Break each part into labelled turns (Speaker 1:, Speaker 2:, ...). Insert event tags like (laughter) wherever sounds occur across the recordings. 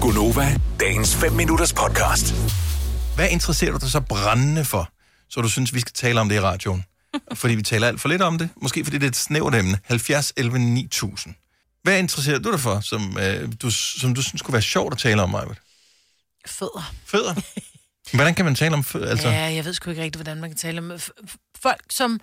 Speaker 1: Gunova, dagens 5 minutters podcast.
Speaker 2: Hvad interesserer du dig så brændende for, så du synes, vi skal tale om det i
Speaker 3: (laughs)
Speaker 2: radioen? Fordi vi taler alt for lidt om det. Måske fordi det er et snævert emne. 70 11 9000. Hvad interesserer du dig for, som, øh, du, som du synes kunne være sjovt at tale om, Majbert?
Speaker 3: Fødder. (laughs)
Speaker 2: Fødder? Hvordan kan man tale om fødder? Altså,
Speaker 3: Altså. Ja, jeg ved sgu ikke rigtigt, hvordan man kan tale om... f- f- Folk, som...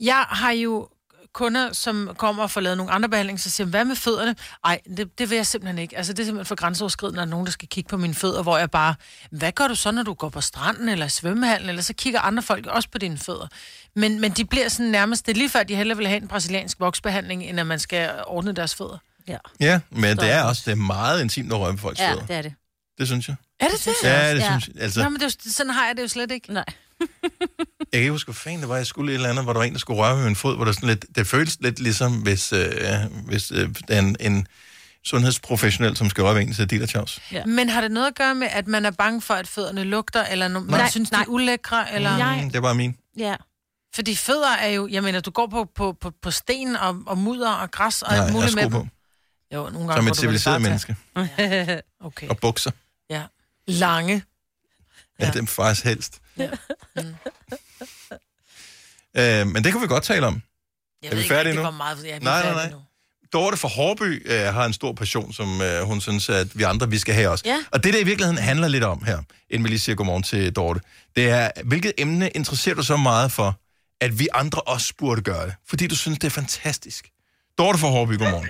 Speaker 3: Jeg har jo kunder, som kommer og får lavet nogle andre behandlinger, så siger de, hvad med fødderne? Ej, det, det vil jeg simpelthen ikke. Altså, det er simpelthen for grænseoverskridende, når nogen, der skal kigge på mine fødder, hvor jeg bare, hvad gør du så, når du går på stranden eller i svømmehallen, eller så kigger andre folk også på dine fødder. Men, men de bliver sådan nærmest, det er lige før, de hellere vil have en brasiliansk voksbehandling, end at man skal ordne deres fødder.
Speaker 4: Ja.
Speaker 2: ja, men det er også det er meget intimt at røre ved folks
Speaker 4: ja,
Speaker 2: fødder.
Speaker 4: det er det.
Speaker 2: Det synes jeg.
Speaker 3: Er det det? Ja.
Speaker 2: Ja, det
Speaker 4: Ja.
Speaker 2: synes jeg. Altså,
Speaker 3: Nå, men det er jo, sådan har jeg det jo slet ikke.
Speaker 4: Nej.
Speaker 2: Jeg kan ikke huske, hvor fanden det var, jeg skulle et eller andet, hvor der var en, der skulle røre ved min fod, hvor der sådan lidt, det føles lidt ligesom, hvis, øh, hvis øh, der er en, en sundhedsprofessionel, som skal røre ved en, så dit og tjavs.
Speaker 4: Ja.
Speaker 3: Men har det noget at gøre med, at man er bange for, at fødderne lugter, eller no- man
Speaker 4: Nej,
Speaker 3: synes, de
Speaker 4: nej.
Speaker 3: er ulækre? Eller...
Speaker 4: Nej.
Speaker 2: Mm, det var min.
Speaker 4: Ja.
Speaker 3: Fordi fødder er jo... Jeg mener, du går på, på, på, på sten og, og mudder og græs og
Speaker 2: Nej,
Speaker 3: alt
Speaker 2: jeg har
Speaker 3: muligt med
Speaker 2: sko på,
Speaker 3: dem. Jo, nogle gange
Speaker 2: som
Speaker 3: får
Speaker 2: et
Speaker 3: du vel bare
Speaker 2: civiliseret
Speaker 3: tage-
Speaker 2: menneske.
Speaker 3: Okay.
Speaker 2: Og bukser.
Speaker 3: Ja.
Speaker 4: Mm.
Speaker 3: Lange.
Speaker 2: Ja,
Speaker 3: Ja.
Speaker 2: dem faktisk helst.
Speaker 3: Ja.
Speaker 2: øh, men det kunne vi godt tale om.
Speaker 3: Jeg
Speaker 2: Er vi
Speaker 3: ved ikke
Speaker 2: færdige
Speaker 3: rigtig,
Speaker 2: nu?
Speaker 3: hvor meget... Ja, vi
Speaker 2: Nej,
Speaker 3: er
Speaker 2: nej,
Speaker 3: færdige
Speaker 2: nej.
Speaker 3: nu.
Speaker 2: Dorte fra Hårby øh, har en stor passion, som øh, hun synes, at vi andre vi skal have også.
Speaker 4: Ja.
Speaker 2: Og det, der i virkeligheden handler lidt om her, inden vi lige siger godmorgen til Dorte, det er, hvilket emne interesserer du så meget for, at vi andre også burde gøre det? Fordi du synes, det er fantastisk. Dorte fra Hårby, godmorgen.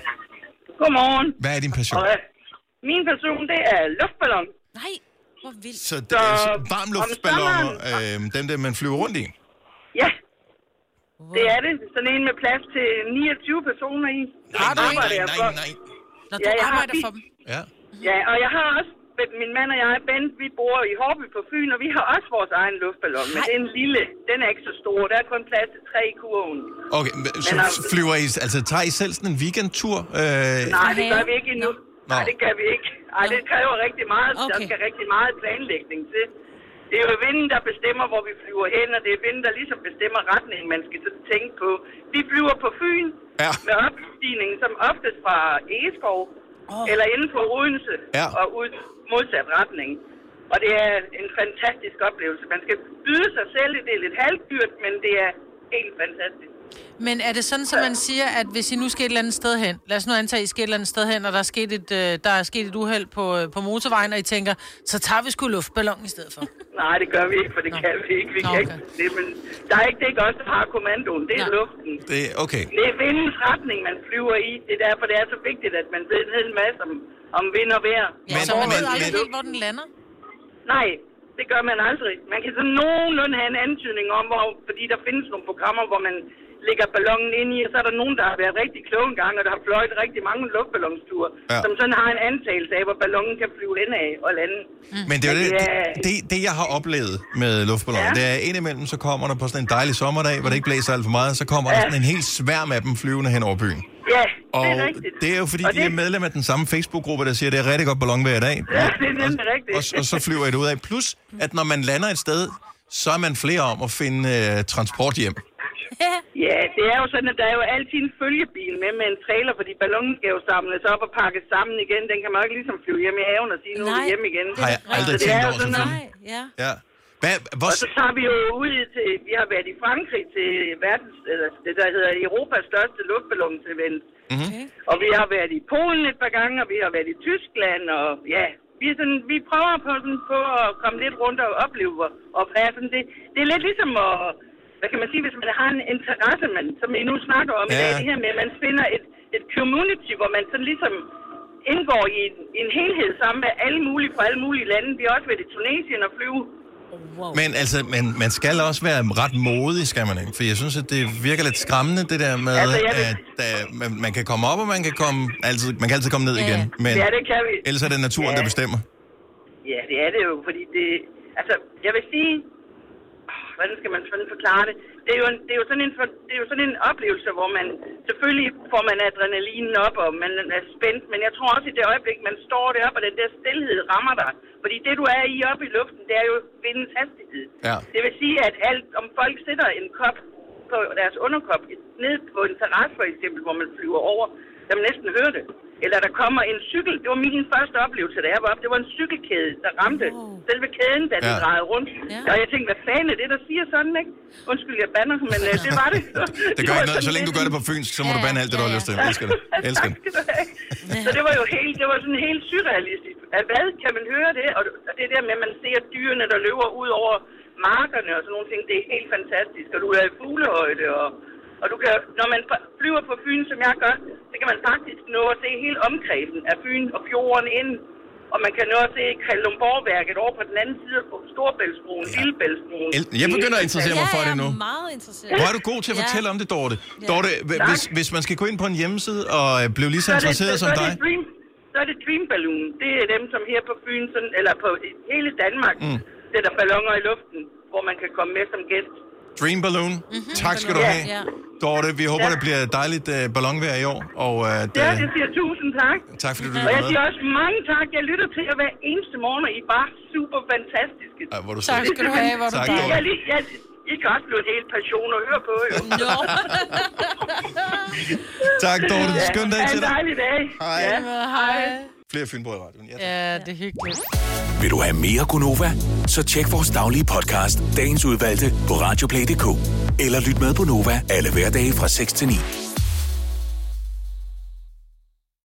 Speaker 5: Godmorgen.
Speaker 2: Hvad er din passion?
Speaker 5: Og, øh, min person, det er luftballon.
Speaker 4: Nej, hvor vildt.
Speaker 2: Så det er
Speaker 5: så-
Speaker 2: så varmluftballoner, øh, dem der, man flyver rundt i.
Speaker 5: Ja, det er det. Sådan en med plads til 29 personer i.
Speaker 2: Nej, nej,
Speaker 5: Arbejder
Speaker 2: nej,
Speaker 5: jeg
Speaker 2: nej,
Speaker 5: for.
Speaker 2: nej.
Speaker 3: Når du
Speaker 5: Ja, jeg har
Speaker 3: arbejder
Speaker 5: bil.
Speaker 3: for dem.
Speaker 2: Ja.
Speaker 5: Ja, og jeg har også, min mand og jeg, Bent, vi bor i Hårby på Fyn, og vi har også vores egen luftballon, men
Speaker 4: Nej.
Speaker 5: den lille, den er ikke så stor. Der er kun plads til tre i kurven.
Speaker 2: Okay, men så flyver I, altså tager I selv sådan en weekendtur? Øh,
Speaker 5: Nej,
Speaker 4: Okay.
Speaker 5: det gør vi ikke endnu. Nej, det gør vi ikke. Ej, det kræver rigtig meget. Der
Speaker 4: Okay.
Speaker 5: skal rigtig meget planlægning til. Det er jo vinden, der bestemmer, hvor vi flyver hen, og det er vinden, der ligesom bestemmer retningen, man skal sådan tænke på. Vi flyver på Fyn
Speaker 2: Ja.
Speaker 5: med opstigningen, som oftest fra Egeskov, oh. eller inden for Odense,
Speaker 2: Ja.
Speaker 5: og ud modsat retning. Og det er en fantastisk oplevelse. Man skal byde sig selv. Det er lidt halvdyrt, men det er helt fantastisk.
Speaker 3: Men er det sådan, som man siger, at hvis I nu skal et eller andet sted hen, lad os nu antage, at I skal et eller andet sted hen, og der er sket et, øh, der er sket et uheld på, øh, på motorvejen, og I tænker, så tager vi sgu luftballon i stedet for.
Speaker 5: Nej, det gør vi ikke, for det
Speaker 3: Nå.
Speaker 5: kan vi ikke. Vi
Speaker 3: Nå,
Speaker 5: kan
Speaker 3: okay.
Speaker 5: ikke det, men der er ikke det er ikke os, der har kommandoen. Det er
Speaker 3: Nej.
Speaker 5: luften.
Speaker 2: det, okay.
Speaker 5: Det er vindens retning, man flyver i. Det er derfor, det er så vigtigt, at man ved en hel masse om, om vind og vejr.
Speaker 3: Ja,
Speaker 2: Men-
Speaker 3: så man
Speaker 2: men-
Speaker 3: ved aldrig
Speaker 2: men-
Speaker 3: helt, hvor den lander.
Speaker 5: Nej, det gør man aldrig. Man kan så nogenlunde have en antydning om, hvor, fordi der findes nogle programmer, hvor man lægger ballonen ind i, og så er der nogen, der har været rigtig kloge engang, og der har fløjet rigtig mange luftballonsture,
Speaker 2: Ja.
Speaker 5: ja. som sådan har en antagelse af, hvor ballonen kan flyve hen af og lande.
Speaker 3: Mm.
Speaker 2: Men det er jo det,
Speaker 5: Ja.
Speaker 2: det, det, det, jeg har oplevet med luftballoner, ja.
Speaker 5: Ja.
Speaker 2: det er indimellem, så kommer der på sådan en dejlig sommerdag, hvor det ikke blæser alt for meget, så kommer der sådan en hel sværm af dem flyvende hen over byen.
Speaker 5: Ja,
Speaker 2: Og
Speaker 5: det er rigtigt.
Speaker 2: det er jo fordi,
Speaker 5: Og
Speaker 2: de er medlem af den samme Facebook-gruppe, der siger, at det er rigtig godt ballon hver dag.
Speaker 5: Ja, det er nemlig rigtigt.
Speaker 2: Og, og så flyver I det ud af. Plus, at når man lander et sted, så er man flere om at finde øh, transport hjem.
Speaker 5: Ja, det er jo sådan, at der er jo altid en følgebil med med en trailer, fordi ballonen skal jo samles op og pakkes sammen igen. Den kan man jo ikke ligesom flyve hjem i haven og sige, nu er vi
Speaker 4: Nej.
Speaker 5: hjemme igen.
Speaker 2: Har jeg aldrig
Speaker 5: det er
Speaker 2: tænkt
Speaker 5: jo
Speaker 2: over,
Speaker 5: sådan,
Speaker 2: selvfølgelig.
Speaker 4: Nej, ja.
Speaker 2: Ja. Hvad, hvor,
Speaker 5: Og så tager vi jo ud til, vi har været i Frankrig til verdens, eller det der hedder Europas største luftballonsevent.
Speaker 2: Mhm.
Speaker 4: Okay.
Speaker 5: Og vi har været i Polen et par gange, og vi har været i Tyskland, og ja, vi, er sådan, vi prøver på, sådan, på at komme lidt rundt og opleve, og, og være sådan det. Det er lidt ligesom at, hvad kan man sige, hvis man har en interesse, man, som I nu snakker om ja.
Speaker 2: Ja.
Speaker 5: i dag, det her med, at man finder et, et community, hvor man sådan ligesom indgår i en, en helhed sammen med alle mulige fra alle mulige lande. Vi har også været i Tunesien og flyve.
Speaker 4: Wow.
Speaker 2: (laughs) Men altså, man, man skal også være ret modig, skal man ikke? For jeg synes, at det virker lidt skræmmende, det der med,
Speaker 5: Altså,
Speaker 2: altså,
Speaker 5: jeg vil-
Speaker 2: at uh, man, man kan komme op, og man kan, komme, altid, man kan altid komme ned
Speaker 4: Ja,
Speaker 2: igen. Men
Speaker 5: Ja, det kan vi.
Speaker 2: ellers er det naturen,
Speaker 5: Ja.
Speaker 2: der bestemmer.
Speaker 5: Ja, det er det jo, fordi det... Altså, jeg vil sige... åh, Hvordan skal man sådan forklare det? Det er, jo en, det, er jo sådan en, for- det er jo sådan en oplevelse, hvor man... Selvfølgelig får man adrenalinen op, og man er spændt, men jeg tror også i det øjeblik, man står deroppe, og den der stillhed rammer dig. Fordi det, du er i oppe i luften, det er jo vindens hastighed.
Speaker 2: Ja.
Speaker 5: Det vil sige, at alt, om folk sætter en kop på deres underkop ned på en terrasse, for eksempel, hvor man flyver over, kan man næsten høre det. Eller der kommer en cykel. Det var min første oplevelse, da jeg var oppe. Det var en cykelkæde, der ramte
Speaker 4: Wow.
Speaker 5: selve kæden, da den
Speaker 2: Ja.
Speaker 5: drejede rundt.
Speaker 4: Ja.
Speaker 5: Og jeg tænkte, hvad fanden er det, der siger sådan, ikke? Undskyld, jeg banner, men øh, det var (laughs) det.
Speaker 2: (laughs) Det gør ikke noget. Så længe du gør det på fynsk, så må
Speaker 4: Ja,
Speaker 2: du bande alt det, du
Speaker 4: ja,
Speaker 2: har
Speaker 4: ja.
Speaker 2: lyst til. Jeg elsker det. Jeg (laughs) elsker det.
Speaker 5: (laughs) Tak skal du have. Så det var jo helt, det var sådan helt surrealistisk. At hvad kan man høre det? Og og det der med, at man ser dyrene, der løber ud over markerne og sådan nogle ting, det er helt fantastisk. Og du er i fuglehøjde, og, og du kan, når man f- flyver på Fyn, som jeg gør, så kan man faktisk nå at se hele omkredsen af Fyn og fjorden ind. Og man kan nå at se Kalundborgværket over på den anden side på Storbæltsbroen, ja. Lillebæltsbroen.
Speaker 2: El- jeg begynder at interessere mig
Speaker 4: Jeg
Speaker 2: for det nu.
Speaker 4: er meget interesseret.
Speaker 2: Hvor er du god til at
Speaker 4: Ja.
Speaker 2: fortælle om det, Dorte. Dorte, hv-
Speaker 5: Tak.
Speaker 2: hvis, hvis man skal gå ind på en hjemmeside og øh, blive lige så
Speaker 5: Så er det-
Speaker 2: interesseret som
Speaker 5: så er det
Speaker 2: dig,
Speaker 5: Dream, så er det Dream Balloon. Det er dem, som her på Fyn, sådan, eller på hele Danmark, mm. sætter ballonger i luften, hvor man kan komme med som gæst.
Speaker 2: Dream Balloon. Tak skal du
Speaker 5: Mhm. Ja.
Speaker 2: have.
Speaker 4: Ja.
Speaker 2: Dorte, vi håber,
Speaker 5: Ja.
Speaker 2: det bliver dejligt øh, ballonvejr i år. Og øh,
Speaker 5: Ja,
Speaker 2: at,
Speaker 5: det
Speaker 2: øh,
Speaker 5: siger tusind tak.
Speaker 2: tak fordi du
Speaker 5: Og jeg
Speaker 2: lyttede med.
Speaker 5: siger også mange tak. Jeg lytter til jer hver eneste morgen, og I er bare super fantastiske.
Speaker 2: Ej, hvor er du sød.
Speaker 3: Tak skal du have, hvor er du
Speaker 2: Tak,
Speaker 5: I,
Speaker 3: dejlig.
Speaker 5: jeg, lige- jeg, I kan også blive en hel passion at høre på, jo.
Speaker 4: Nå,
Speaker 2: Tak, Dorte. Skøn dag
Speaker 5: Ja,
Speaker 2: til
Speaker 5: en
Speaker 2: dig.
Speaker 5: dejlig dag.
Speaker 2: Hej.
Speaker 5: Ja.
Speaker 3: Hej.
Speaker 2: Flere Fynbrød i radioen. Ja, tak.
Speaker 3: Ja, det er hyggeligt.
Speaker 1: Vil du have mere Gunova? Så tjek vores daglige podcast, dagens udvalgte, på radioplay.dk. Eller lyt med på Nova alle hverdage fra 6 til 9.